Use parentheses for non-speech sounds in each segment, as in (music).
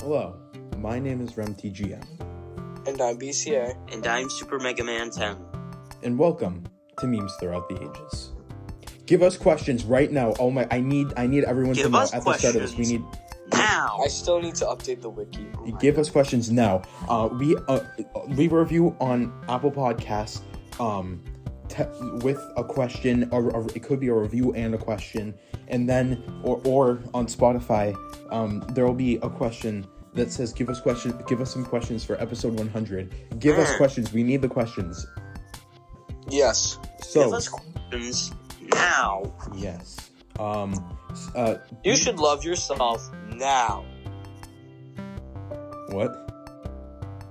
Hello, my name is RemTGM, And I'm BCA. And I'm Super Mega Man 10. and welcome to Memes Throughout the Ages. Give us questions right now. Oh my! I need I need everyone to Give know us at the start of this. We questions. need Now! I still need to update the wiki. give us questions now. Uh, we uh, leave a review on Apple Podcasts um, te- with a question, or, or it could be a review and a question, and then or or on Spotify, um, there will be a question that says, "Give us questions. Give us some questions for episode 100. Give us Mm. questions. We need the questions." Yes. So Give us questions now! yes, um, s- uh, You we- should love yourself now. what?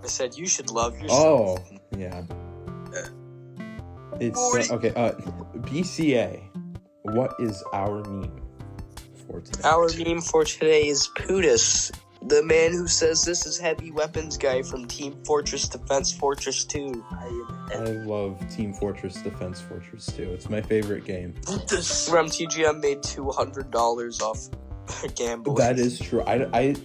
I said you should love Oh, yourself. yeah. It's uh, okay. Uh, BCA. What is our meme for today? Our meme for today is Pudis, the man who says this is heavy weapons guy from Team Fortress Defense Fortress 2. I love Team Fortress Defense Fortress 2. It's my favorite game. Pudis! From TGM made $200 off (laughs) gambling. That is true. I, I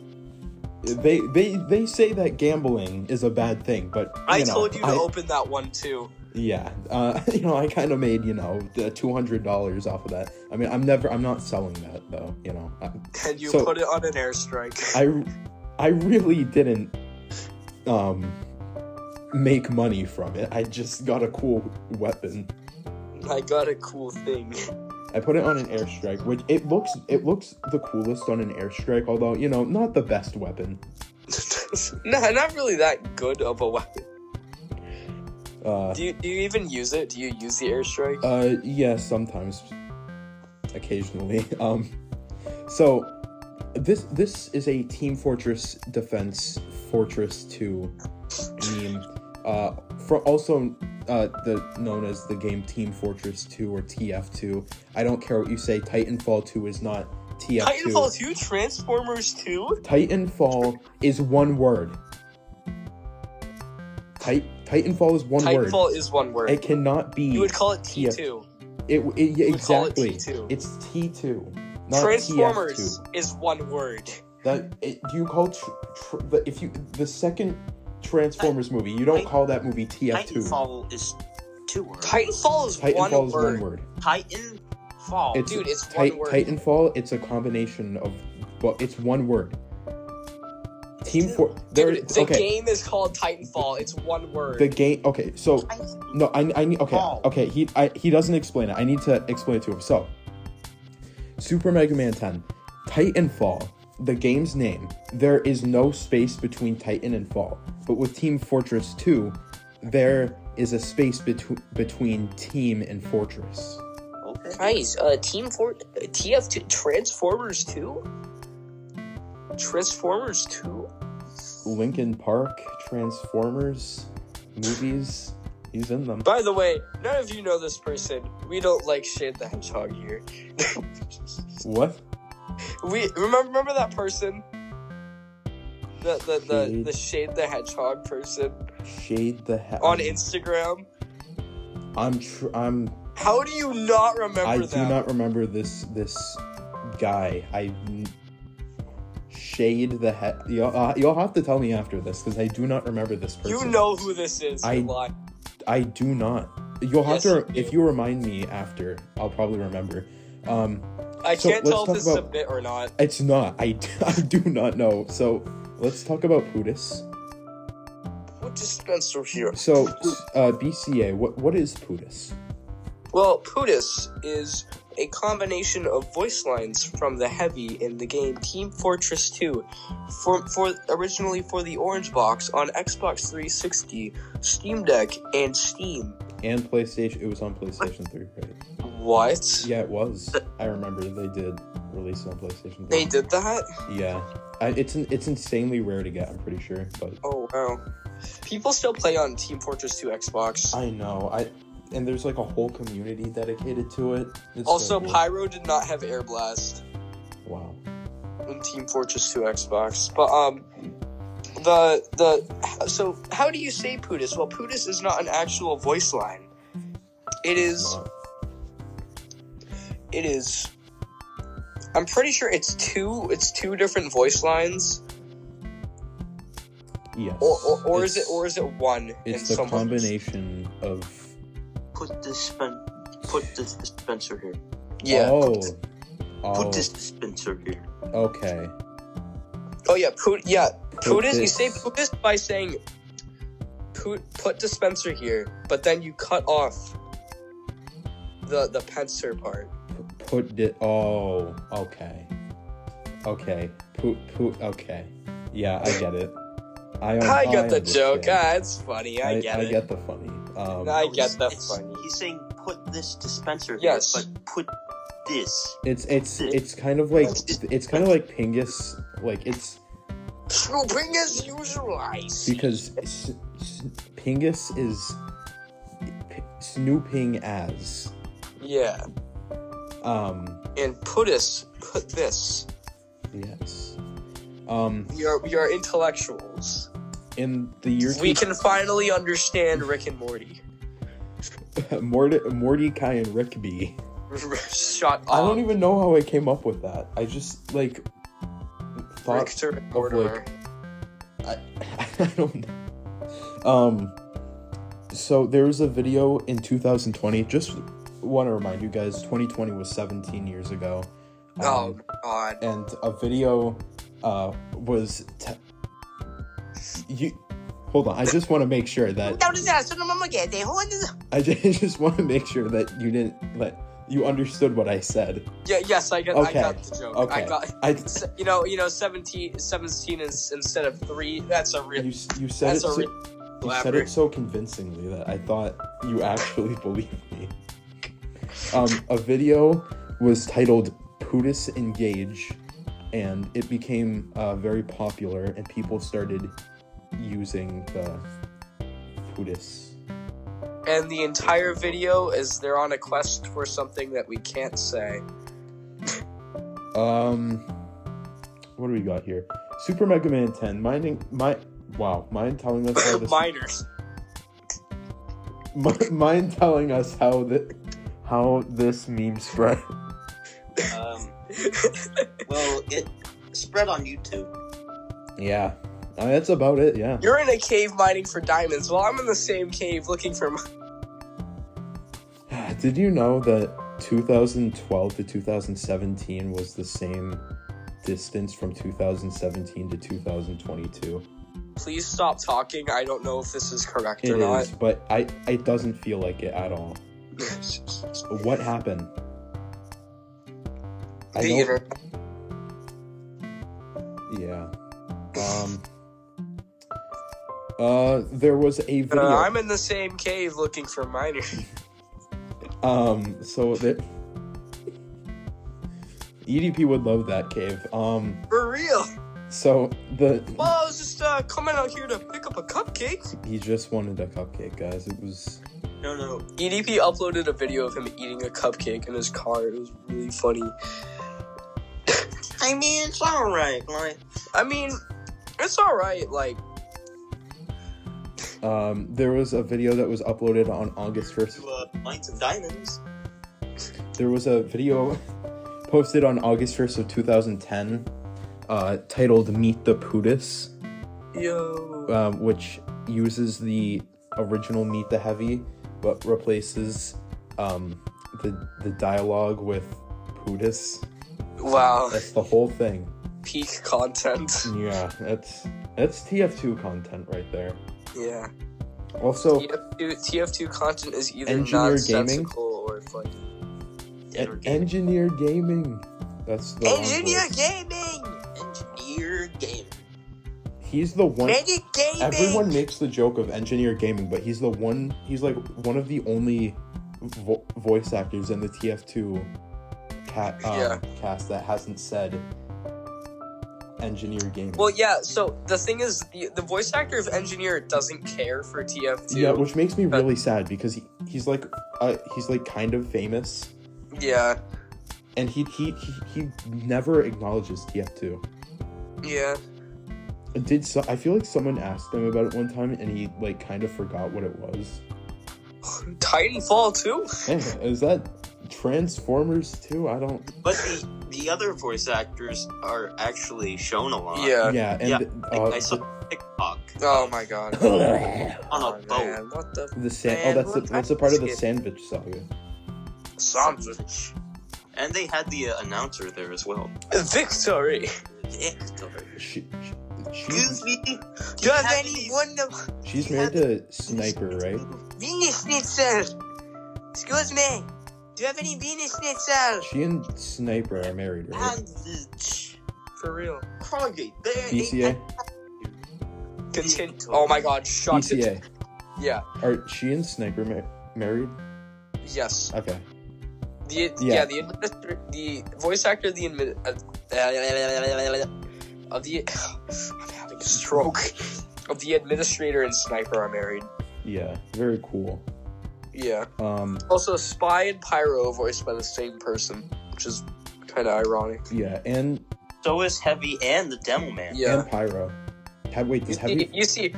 they they they say that gambling is a bad thing, but you I know, told you to I- open that one too. Yeah, uh, (laughs) you know, I kind of made you know two hundred dollars off of that. I mean, I'm never, I'm not selling that though. You know, I, And you So- put it on an airstrike. (laughs) I, I really didn't um make money from it. I just got a cool weapon. I got a cool thing. I put it on an airstrike, which it looks it looks the coolest on an airstrike, although you know not the best weapon. (laughs) no, not really that good of a weapon. Uh, Do you, do you even use it? Do you use the airstrike? uh, yeah, sometimes, occasionally. (laughs) Um, so this this is a Team Fortress Defense Fortress Two meme. Uh, for also uh, the known as the game Team Fortress Two or TF Two. I don't care what you say. Titanfall Two is not TF Two. Titanfall 2, Transformers 2? Titanfall is one word. Tit- Titanfall is one Titanfall word. is one word. It cannot be. you would call it TF. T2. it, it- yeah, you would call it exactly. T2. It's T two. Not Transformers TF2. is one word. That it, do you call tr- tr- the, if you the second Transformers movie? You don't Titan- call that movie TF two. Titanfall is two words. Titanfall is one Titanfall is word. one word. Titanfall. It's Dude, it's Ti- one word. Titanfall. It's a combination of, well, it's one word. Team two. four. There, Dude, the okay. game is called Titanfall. It's one word. The game. Okay, so Titan- No, I, I need okay, Paul. okay. He, I, he doesn't explain it. I need to explain it to him. So, Super Mega Man Ten, Titanfall, the game's name. There is no space between Titan and Fall, but with Team Fortress Two, there is a space between between Team and Fortress. Okay. Nice. Uh, Team Four, uh, TF2, Transformers 2? Transformers 2? Lincoln Park, Transformers, movies. He's in them. By the way, none of you know this person. We don't like Shade the Hedgehog here. (laughs) What? We remember, remember that person, the the, the Shade. the Shade the Hedgehog person Shade the hell. on Instagram. I'm. Tr- I'm How do you not remember I that? do not remember this this guy. I shade the head. You'll, uh, you'll have to tell me after this because I do not remember this person. you know who this is. I- you lie. I do not. You'll have Yes, to you do. if you remind me after. I'll probably remember. Um, I so can't let's tell if talk this is a about- bit or not. it's not. I d- (laughs) I do not know. So let's talk about Pudis. What dispenser here? So uh, BCA, what what is Pudis? Well, Pudis is a combination of voice lines from the heavy in the game Team Fortress 2, for, for originally for the Orange Box on Xbox 360, Steam Deck, and Steam. And PlayStation. It was on PlayStation Three, right? What? Yeah, it was. I remember they did release it on PlayStation. 3. They did that? Yeah, I, it's in- it's insanely rare to get. I'm pretty sure, but Oh wow. People still play on Team Fortress 2 Xbox. I know I and there's like a whole community dedicated to it. It's so also, cool. Pyro did not have Air Blast Wow. in Team Fortress 2 Xbox. But um the the so how do you say Pudis? Well, Pudis is not an actual voice line. It It's is not- it is I'm pretty sure it's two it's two different voice lines. Yes. Or, or, or is it It's- or is it one? in It's the some ways? combination of. Put this spen- put this dispenser here. Yeah. Oh, Oh. Put Oh. this dispenser here. Okay. Oh, yeah. Put yeah. Put is you this- say put this by saying put put dispenser here, but then you cut off the the penser part. Put it. Oh. Okay. Okay. Put. Put. Okay. Yeah, I get it. I. I got the understand. joke. Ah, it's funny. I, get I it. get the funny. Um, I get No, it's- that it's- funny. He's saying put this dispenser Yes. here, but put this. It's it's it's kind of like it's kind of like Pingus. Like it's Scooping as usual. I see. because S- S- Pingus is p- snooping as Yeah. um And put us put this. yes um We are we are intellectuals. in the year We can finally understand Rick and Morty. (laughs) (laughs) Mort- Mordecai and Rickby. Shut up. I don't even know how I came up with that. I just like thought Richter and of, Mortimer. I don't know. (laughs) Um, so there was a video in 2020. Just want to remind you guys, 2020 was 17 years ago. Um, oh God. and a video uh, was. T- you hold on. I just want to make sure (laughs) that I (laughs) ju- just want to make sure that you didn't let you understood what I said. Yeah. Yes, I got. I Okay. got the joke. Okay. I got. (laughs) I se- You know. You know. 17, 17 is, instead of three. That's a real. you, s- you said it That's a so, real. you said elaborate- it so convincingly that I thought you actually (laughs) believed me. Um, a video was titled "Putis Engage," and it became uh, very popular, and people started using the Putis. And the entire video is they're on a quest for something that we can't say. Um, what do we got here? Super Mega Man 10. Minding my wow, mind telling us (laughs) how Oh, this Minors. mi- (laughs) mind telling us how the how this meme spread. (laughs) Um, well, it spread on YouTube. Yeah, uh, that's about it. Yeah. (sighs) You're in a cave mining for diamonds, while I'm in the same cave looking for. mi- Did you know that 2012 to 2017 was the same distance from 2017 to 2022? Please stop talking. I don't know if this is correct It or is, not. but I it doesn't feel like it at all. (laughs) What happened? I the don't- internet. Yeah. Um. Uh, there was a video. Uh, I'm in the same cave looking for minors. Um, so that EDP would love that cave. Um, (laughs) For real. so the Well, I was just uh, coming out here to pick up a cupcake. he just wanted a cupcake, guys. It was No, no. EDP E uploaded a video of him eating a cupcake in his car. It was really funny. I mean, it's all right. Like, I mean, it's all right. Like, um, there was a video that was uploaded on August first. to uh, mine some diamonds. There was a video (laughs) posted on August first of two thousand ten, uh, titled "Meet the Putis." yo, um, which uses the original Meet the Heavy, but replaces um, the the dialogue with Pudis. wow, That's the whole thing. peak content. (laughs) Yeah, that's that's TF2 content right there. Yeah, Also, TF2, TF2 content is either Engineer nonsensical or funny. e- Engineer Gaming. That's the one where- gaming, Engineer game. He's the one. Engineer gaming. Everyone makes the joke of Engineer Gaming, but he's the one. He's like one of the only vo- voice actors in the TF2 ca- um, Yeah. cast that hasn't said Engineer Gaming. Well, yeah. So the thing is, the, the voice actor of Engineer doesn't care for TF2. yeah, which makes me but- really sad because he, he's like uh, he's like kind of famous, yeah, and he he he, he never acknowledges TF2. yeah. (sighs) Did so, I feel like someone asked him about it one time, and he like kind of forgot what it was. Titanfall 2? Hey, is that Transformers too? I don't. But the the other voice actors are actually shown a lot. Uh, Yeah. yeah, and yeah, th- Like, uh, I saw TikTok. Oh (laughs) my god. the on a Oh, boat. man, What the sand. Man, Oh, that's uh, the, look, I that's the part of the skip. sandwich saga. sandwich? And they had the uh, announcer there as well. Victory. Victor. She, she, she's, Goofy. Do you Does have any- anyone know she's married to Sniper, right? Venus Schnitzel? Excuse me. Do you have any Venus Schnitzel? She and Sniper are married, right? And the For real. Croggy. There BCA, Continue. Oh my god, shut it. BCA. Yeah. Are she and Sniper mar- married? Yes. Okay. The yeah, Yeah. the administr- the voice actor of the admi- uh, of the (sighs) I'm having a stroke of the administrator and sniper are married. Yeah. Very cool. Yeah. Um. Also, spy and pyro voiced by the same person, which is kind of ironic. Yeah. And So is Heavy and the Demo Man. Yeah. and Pyro. Have, wait, You does see, heavy you see,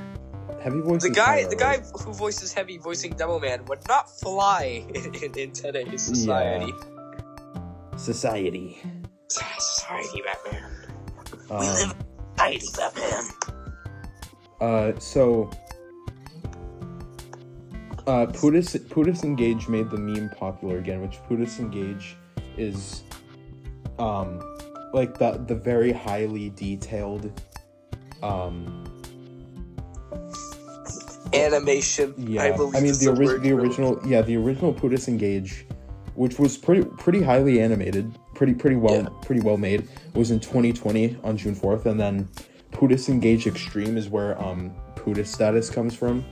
heavy voice? the is guy, Pyro, the guy right? who voices Heavy voicing Demo Man would not fly (laughs) in, in, in today's society. Society. Society, Batman. We Um, live in society, Batman. Uh, so uh, Putis Putis Engage made the meme popular again, which Putis Engage is um like the the very highly detailed um Animation. yeah I believe. mean is the, ori- word the for it. original yeah the original Putis Engage which was pretty pretty highly animated pretty pretty well Yeah. pretty well made was in 2020 on June 4th and then Putis Engage Extreme is where um Putis status comes from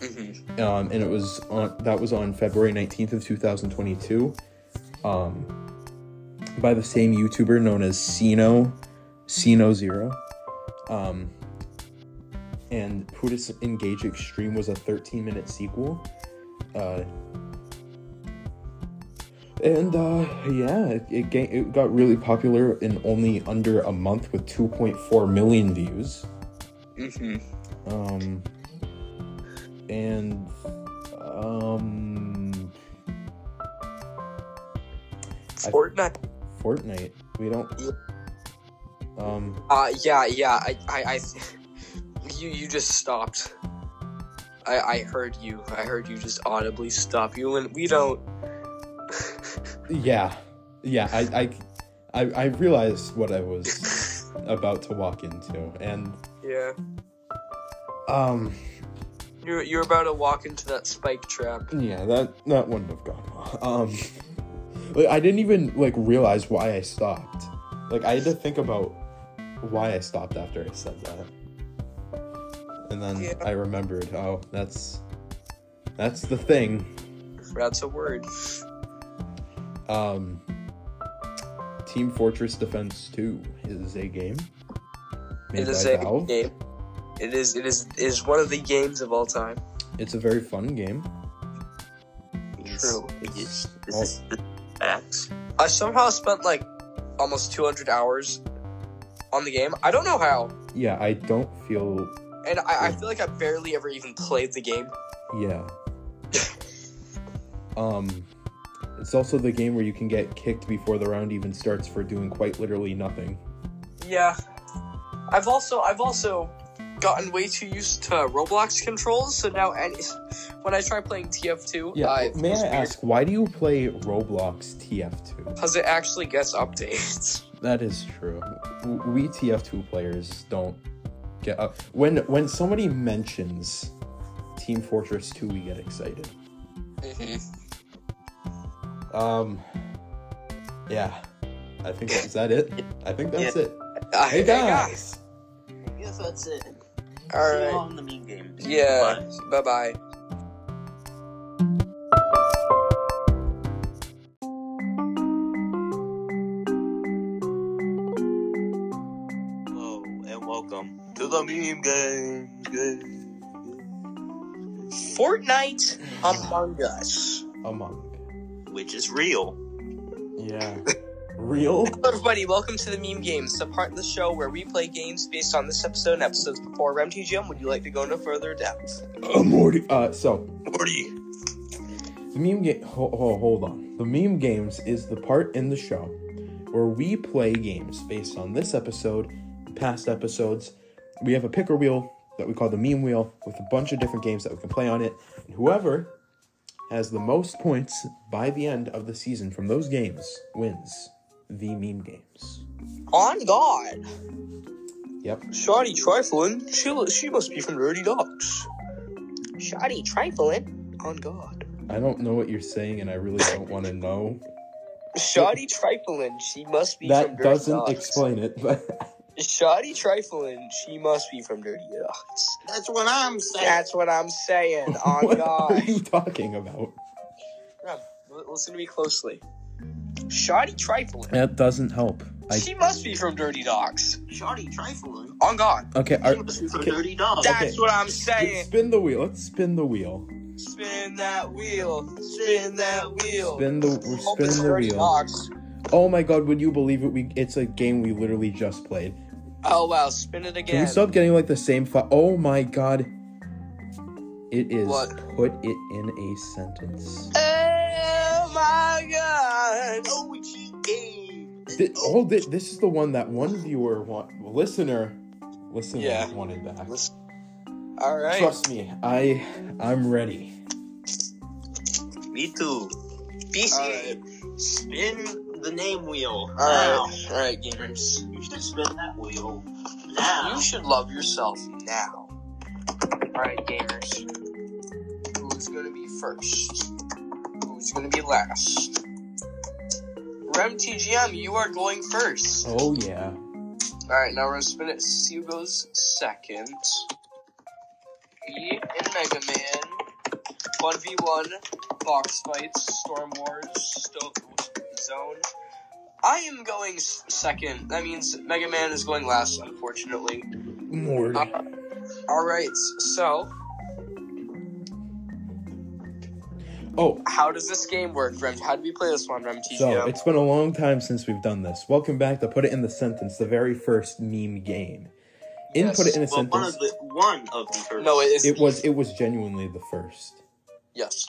Mhm. um, and it was on that was on February 19th of 2022 um, by the same YouTuber known as Sino Sino Zero um, and Putis Engage Extreme was a 13 minute sequel uh, and uh, yeah it, it, ga- it got really popular in only under a month with 2.4 million views Mhm. um, and um, Fortnite. Fortnite. We don't. Yeah. Um, Uh, yeah, yeah. I, I, I you, you just stopped. I, I heard you. I heard you just audibly stop. You and we don't. yeah, yeah. I, I, I, I realized what I was about to walk into, and Yeah. um, You're, you're about to walk into that spike trap. yeah, that that wouldn't have gone well. (laughs) Um, like, I didn't even like realize why I stopped. Like I had to think about why I stopped after I said that, and then Yeah. I remembered. Oh, that's that's the thing. That's a word. Um, Team Fortress Defense 2 is a game. It Made is by a Valve. game. It is it is it is one of the games of all time. It's a very fun game. True. This, this Oh. is the facts. I somehow spent like almost 200 hours on the game. I don't know how, Yeah, I don't feel. and I, I feel like I barely ever even played the game. Yeah. um, it's also the game where you can get kicked before the round even starts for doing quite literally nothing. Yeah. I've also I've also gotten way too used to Roblox controls, so now any, (laughs) when I try playing TF2, Yeah. I, may I ask, why do you play Roblox TF2? Because it actually gets updates. That is true. W- We TF2 players don't get up. When when somebody mentions Team Fortress 2, we get excited. Um yeah. I think is that it? I think that's it. Uh, Hey guys. Yes, that's it. All See you right. on the mean game. Yeah. Bye. Bye bye. Hello and welcome to the meme game. game, Fortnite Among Us. Among. which is real. Yeah. Real? Hello everybody, welcome to the Meme Games, the part of the show where we play games based on this episode and episodes before. RemTGM, would you like to go into further depth? Uh, Morty. Uh so Morty. The meme game. Ho- ho- hold on. The meme games is the part in the show where we play games based on this episode, past episodes. We have a picker wheel. The that we call the meme wheel with a bunch of different games that we can play on it. And whoever has the most points by the end of the season from those games wins the meme games. On God. Yep. Shoddy trifling. She she must be from Dirty Dogs. Shoddy trifling. On God. I don't know what you're saying, and I really don't want to know. Shoddy trifling. She must be from That Dirty doesn't Dogs. explain it, but Shoddy trifling. She must be from Dirty Dogs. That's what I'm saying. That's what I'm (laughs) saying. On what are God. you talking about? L- Listen to me closely. Shoddy trifling. That doesn't help. I She must be from Dirty Dogs. Shoddy trifling. On God. okay. She Are, must be from okay. Dirty Dog. That's Okay. what I'm saying. spin the wheel. Let's spin the wheel. Spin that wheel. Spin that wheel. Spin the we're Hope it's spinning the Dirty wheel. Dogs. Oh my god, would you believe it? We it's a game we literally just played. Oh wow, spin it Can again. we stop getting like the same fi- Oh my god. It is What? put it in a sentence. Oh my god. OG game. Thi- oh, this, this is the one that one viewer want listener listener Yeah. wanted back. All right. Trust me, I I'm ready. Me too. BC, spin the name wheel. All right. All right, gamers. Now. You should spin that wheel. Now. You should love yourself now. All right, gamers. Who's gonna be first? Who's gonna be last? Rem TGM, you are going first. Oh yeah. All right, now we're gonna spin it. See who goes second. Me and Mega Man. One v one. Box fights. Storm Wars. Stove Zone. I am going s- second. That means Mega Man is going last, unfortunately. More. Uh, All right. So, Oh, how does this game work, Rem? How do we play this one, Rem TGM? So it's been a long time since we've done this. Welcome back to Put It in the Sentence, the very first meme game. In Yes. Put It in a well, one Sentence, of the one of the first. no, it is. it was it was genuinely the first. yes.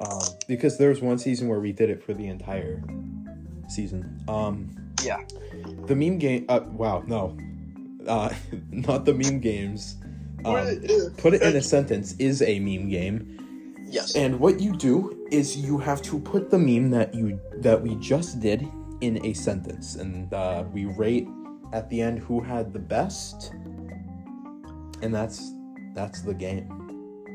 Um, because there was one season where we did it for the entire season. Um, Yeah. the meme game. Uh, wow, no, uh, (laughs) not the meme games. Um, Put It in a Sentence is a meme game. Yes. And what you do is you have to put the meme that you that we just did in a sentence, and uh, we rate at the end who had the best, and that's that's the game.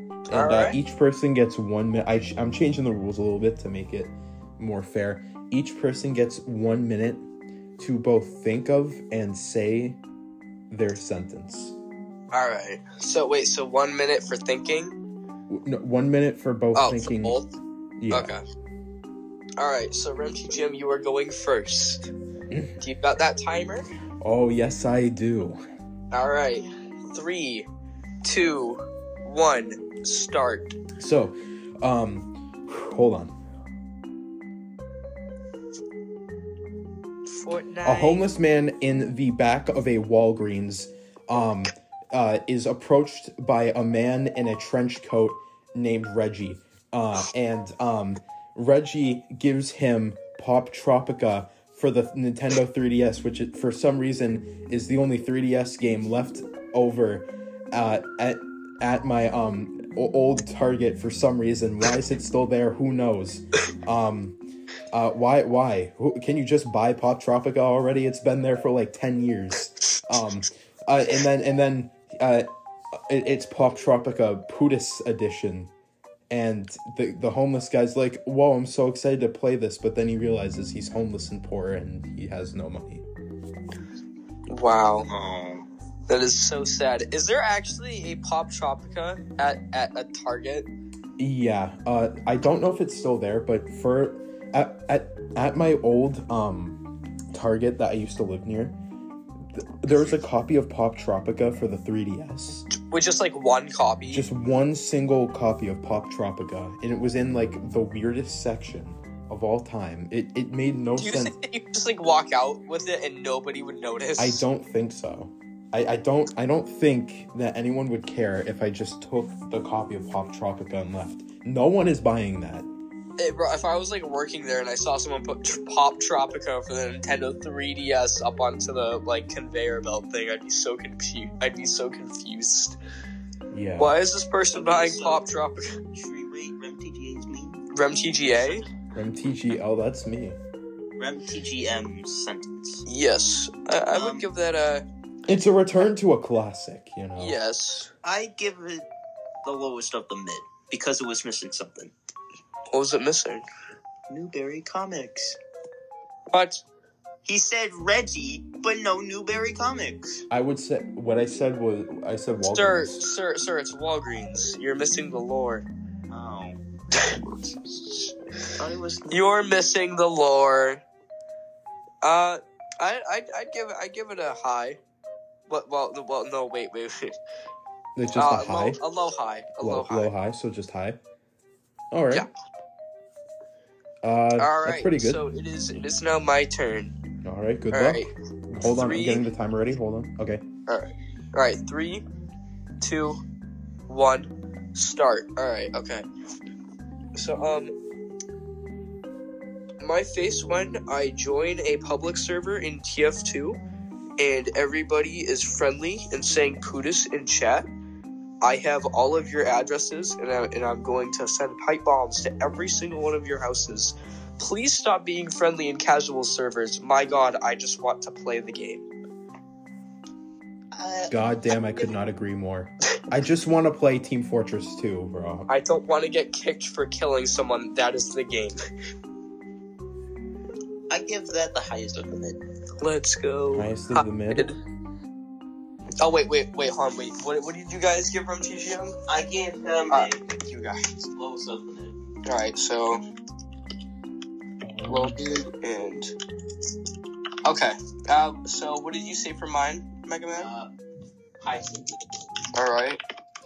And uh, Alright. each person gets one minute. I ch- I'm changing the rules a little bit to make it more fair. Each person gets one minute to both think of and say their sentence. All right. So wait. So one minute for thinking. W- No, one minute for both Oh, thinking. for both. Yeah. Okay. All right, so Remchi Jim, you are going first. Mm. Do you got that timer? Oh yes, I do. All right, three, two, one, start. So, um, hold on. Fortnite. A homeless man in the back of a Walgreens, um, uh, is approached by a man in a trench coat named Reggie. Uh, and, um, Reggie gives him Pop Tropica for the Nintendo 3DS, which it, for some reason is the only 3DS game left over, uh, at, at my, um, o- old Target for some reason. Why is it still there? Who knows? Um, Uh, why? Why? Who- Can you just buy Pop Tropica already? It's been there for like ten years. Um, uh, and then and then uh, it, it's Pop Tropica Putis edition, and the the homeless guy's like, "Whoa, I'm so excited to play this," but then he realizes he's homeless and poor and he has no money. Wow, Oh. that is so sad. Is there actually a Pop Tropica at at a Target? Yeah, uh, I don't know if it's still there, but for at at, at my old um Target that I used to live near. th- There was a copy of Pop Tropica for the 3DS, With just like one copy. just one single copy of Pop Tropica, and it was in like the weirdest section of all time. It it made no Do (laughs) you sense. think that you could just like walk out with it and nobody would notice? I don't think so. I, I don't I don't think that anyone would care if I just took the copy of Pop Tropica and left. No one is buying that. it, bro, if I was like working there and I saw someone put tr- Pop Tropico for the Nintendo 3DS up onto the like conveyor belt thing, I'd be so confused. I'd be so confused. Yeah. Why is this person buying So- Pop Tropico? Should we rate Rem TGA's meme? Rem TGA? MTG. Oh, that's me. Rem TGM sentence. Yes, I, I Um, would give that a It's a return to a classic, you know. yes. I give it the lowest of the mid because it was missing something. What was it missing? Newberry Comics. What? He said Reggie, but no Newberry Comics. I would say what I said was I said Sir, Walgreens. sir, sir, it's Walgreens. You're missing the lore. Oh. Thought it was. You're missing the lore. Uh, I, I, I'd give, I give it a high. Well, well, the- well no, wait, wait, wait. It's just Uh, a high, Low, a low high, a low, low, high. low high, so just high. All right. Yeah. Uh, All right, that's pretty good. So it is, it is now my turn. All right, good All luck. right, Hold on, Three. I'm getting the timer ready. Hold on. Okay. all right, three, two, one, start. All right, okay. So um, my face when I join a public server in TF2, and everybody is friendly and saying "pootis" in chat. I have all of your addresses, and, I, and I'm going to send pipe bombs to every single one of your houses. Please stop being friendly in casual servers. My God, I just want to play the game. Uh, God damn, I could not agree more. I just want to play Team Fortress 2, bro. I don't want to get kicked for killing someone. That is the game. I give that the highest of the mid. Let's go. Highest of the mid. Oh wait, wait, wait, hold on, wait. What, what did you guys give from TGM? I give him Uh, a You guys. lowest of the mid. All right, so well, and okay. Um, so what did you say for mine, Mega Man? Uh, highest. All right.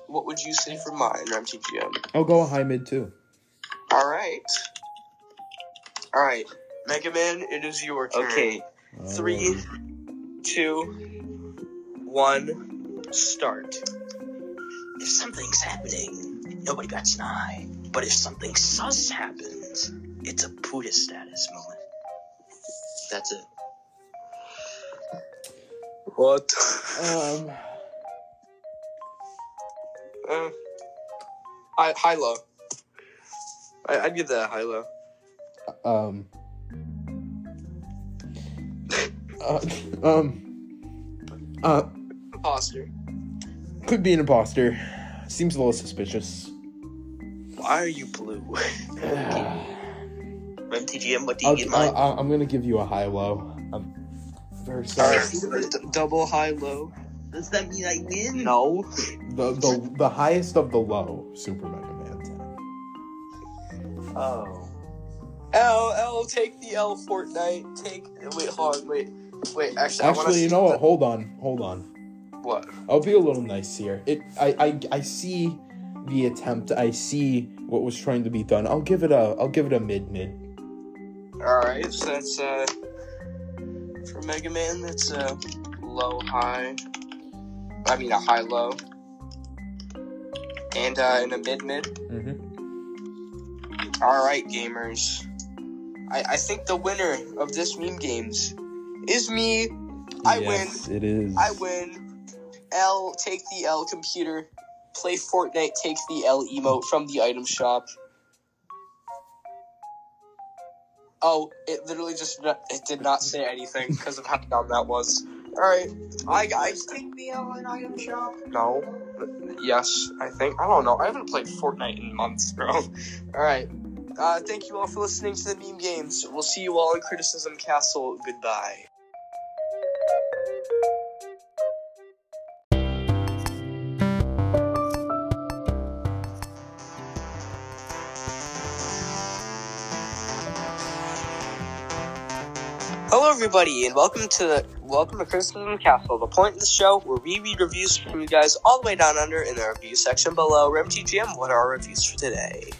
What would you say for mine, Ram TGM? I'll go a high mid too. All right. All right, Mega Man, it is your turn. Okay. All Three, right. two, one, start. If something's happening, nobody bats an eye. But if something sus happens, it's a Puda status moment. That's it. What? Um, Uh, high, high low. I, I'd give that a high low. um, uh, um, uh, Imposter. could be an imposter. Seems a little suspicious. (sighs) Why are you blue? Rem TGM, what do you I'll, give I, mine? I, I'm gonna give you a high low. I'm very sorry. Alright, d- double high low. Does that mean I win? No. The, the the highest of the low, Super Mega Man 10. Oh. L, L, take the L, Fortnite. Take. Wait, hold on, wait. Wait, actually, I wanna Actually, you see know what? the- Hold on, hold on. What? I'll be a little nice here. It I, I I see the attempt. I see what was trying to be done. I'll give it a I'll give it a mid mid. Alright, so that's, uh. For Mega Man, that's a low high. I mean, a high low. And, uh, in a mid mid. Mm-hmm. All right, gamers. I, I think the winner of this meme games is me. I win. It is. I win. L, take the L computer. Play Fortnite, take the L emote from the item shop. Oh, it literally just n- it did not say anything because of how dumb that was. All right, I I Take the L in item shop. no. Yes, I think. I don't know. I haven't played Fortnite in months, bro. (laughs) Alright. Uh, thank you all for listening to the meme games. We'll see you all in Criticism Castle. Goodbye. Hello, everybody, and welcome to the welcome to Criticism Castle, the point in the show where we read reviews from you guys all the way down under in the review section below. Rem TGM, what are our reviews for today?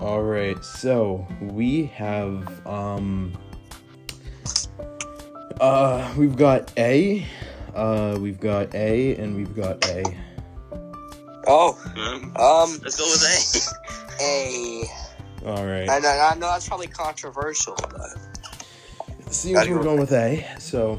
All right, so we have um, uh, we've got A, uh, we've got A, and we've got A. Oh, um, Let's go with A. All right. And I, I know that's probably controversial, but Seems we're going with A. So,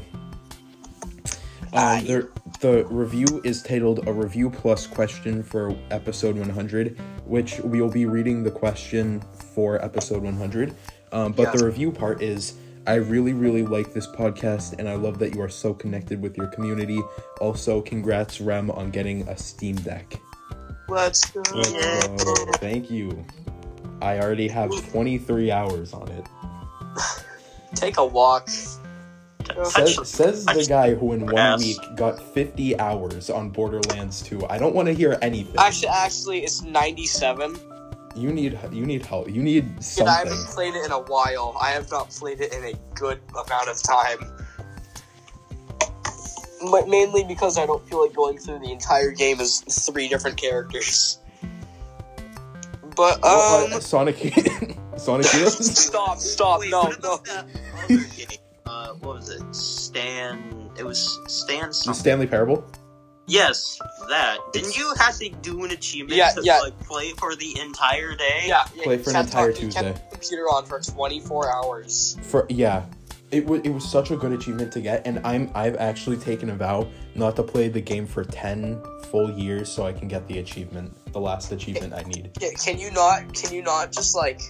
um, the the review is titled "A Review Plus Question for Episode 100," which we will be reading the question for episode 100. Um, but the review part is. I really, really like this podcast, and I love that you are so connected with your community. Also, congrats, Rem, on getting a Steam Deck. let's go. Oh, thank you. I already have 23 hours on it. Take a walk. Says, Actually, says the guy who in one Yes. week got 50 hours on Borderlands 2. I don't want to hear anything. Actually, actually, it's 97, You need you need help. You need and I something. haven't played it in a while. I have not played it in a good amount of time. But mainly because I don't feel like going through the entire game as three different characters. But um, Well, (laughs) uh, Sonic Sonic (laughs) Heroes? stop, stop, (laughs) Wait, no, what no. about that other game? (laughs) Uh, what was it? Stan. It was Stan. The Something. Stanley Parable? Yes, that. Didn't you have to do an achievement Yeah, to yeah. like play for the entire day? Yeah, yeah, Play he for an kept entire on- he kept Tuesday. the computer on for 24 hours. For yeah. It, wa it was such a good achievement to get, and I'm I've actually taken a vow not to play the game for ten full years so I can get the achievement, the last achievement I need. Yeah, can you not? Can you not just like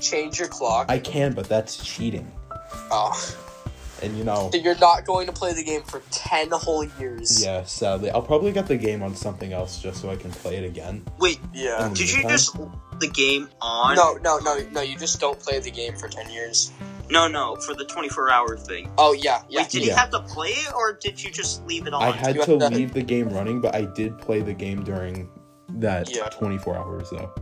change your clock? I can, but that's cheating, oh, and you know. so you're not going to play the game for ten whole years. Yeah, sadly, I'll probably get the game on something else just so I can play it again. Wait, Yeah. Mm. did you Okay. just the game on? No, no, no, no. You just don't play the game for ten years. no, no, for the twenty-four hour thing. Oh yeah, yeah. Wait, did you Yeah. have to play it or did you just leave it on? I had you to have to- leave the game running, but I did play the game during that Yeah. 24 hours though.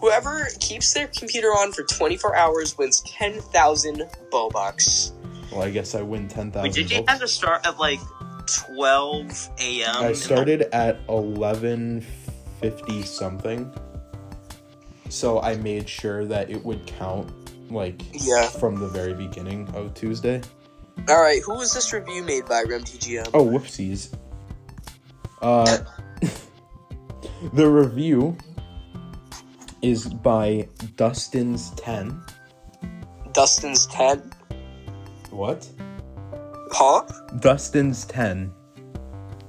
Whoever keeps their computer on for 24 hours wins 10,000 Bobucks. Well, I guess I win 10,000. Wait, did you votes. have to start at like twelve a.m. I and- started at 11:50 something. So I made sure that it would count like Yeah. from the very beginning of Tuesday. All right, who was this review made by E RemTGM? Oh, whoopsies. Uh, (laughs) the review is by Dustin's 10. Dustin's 10. What? Huh? Dustin's 10.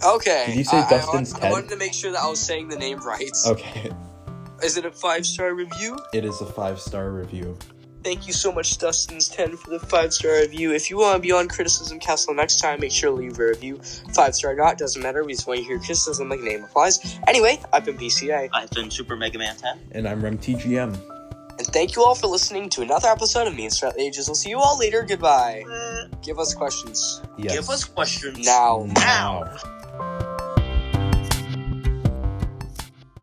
Okay. Did you say I- I, Dustin's Oh. I, 10? wanted to make sure that I was saying the name right. Okay. (laughs) Is it a five star review? It is a five star review. Thank you so much, Dustin's 10, for the five star review. If you want to be on Criticism Castle next time, make sure to leave a review. Five star or not, doesn't matter. We just want to hear criticism like name applies. Anyway, I've been PCA. I've been Super Mega Man Ten. And I'm Rem TGM. And thank you all for listening to another episode of Me and Sprout Ages. We'll see you all later. Goodbye. Uh, Give us questions. Yes. Give us questions Now. now.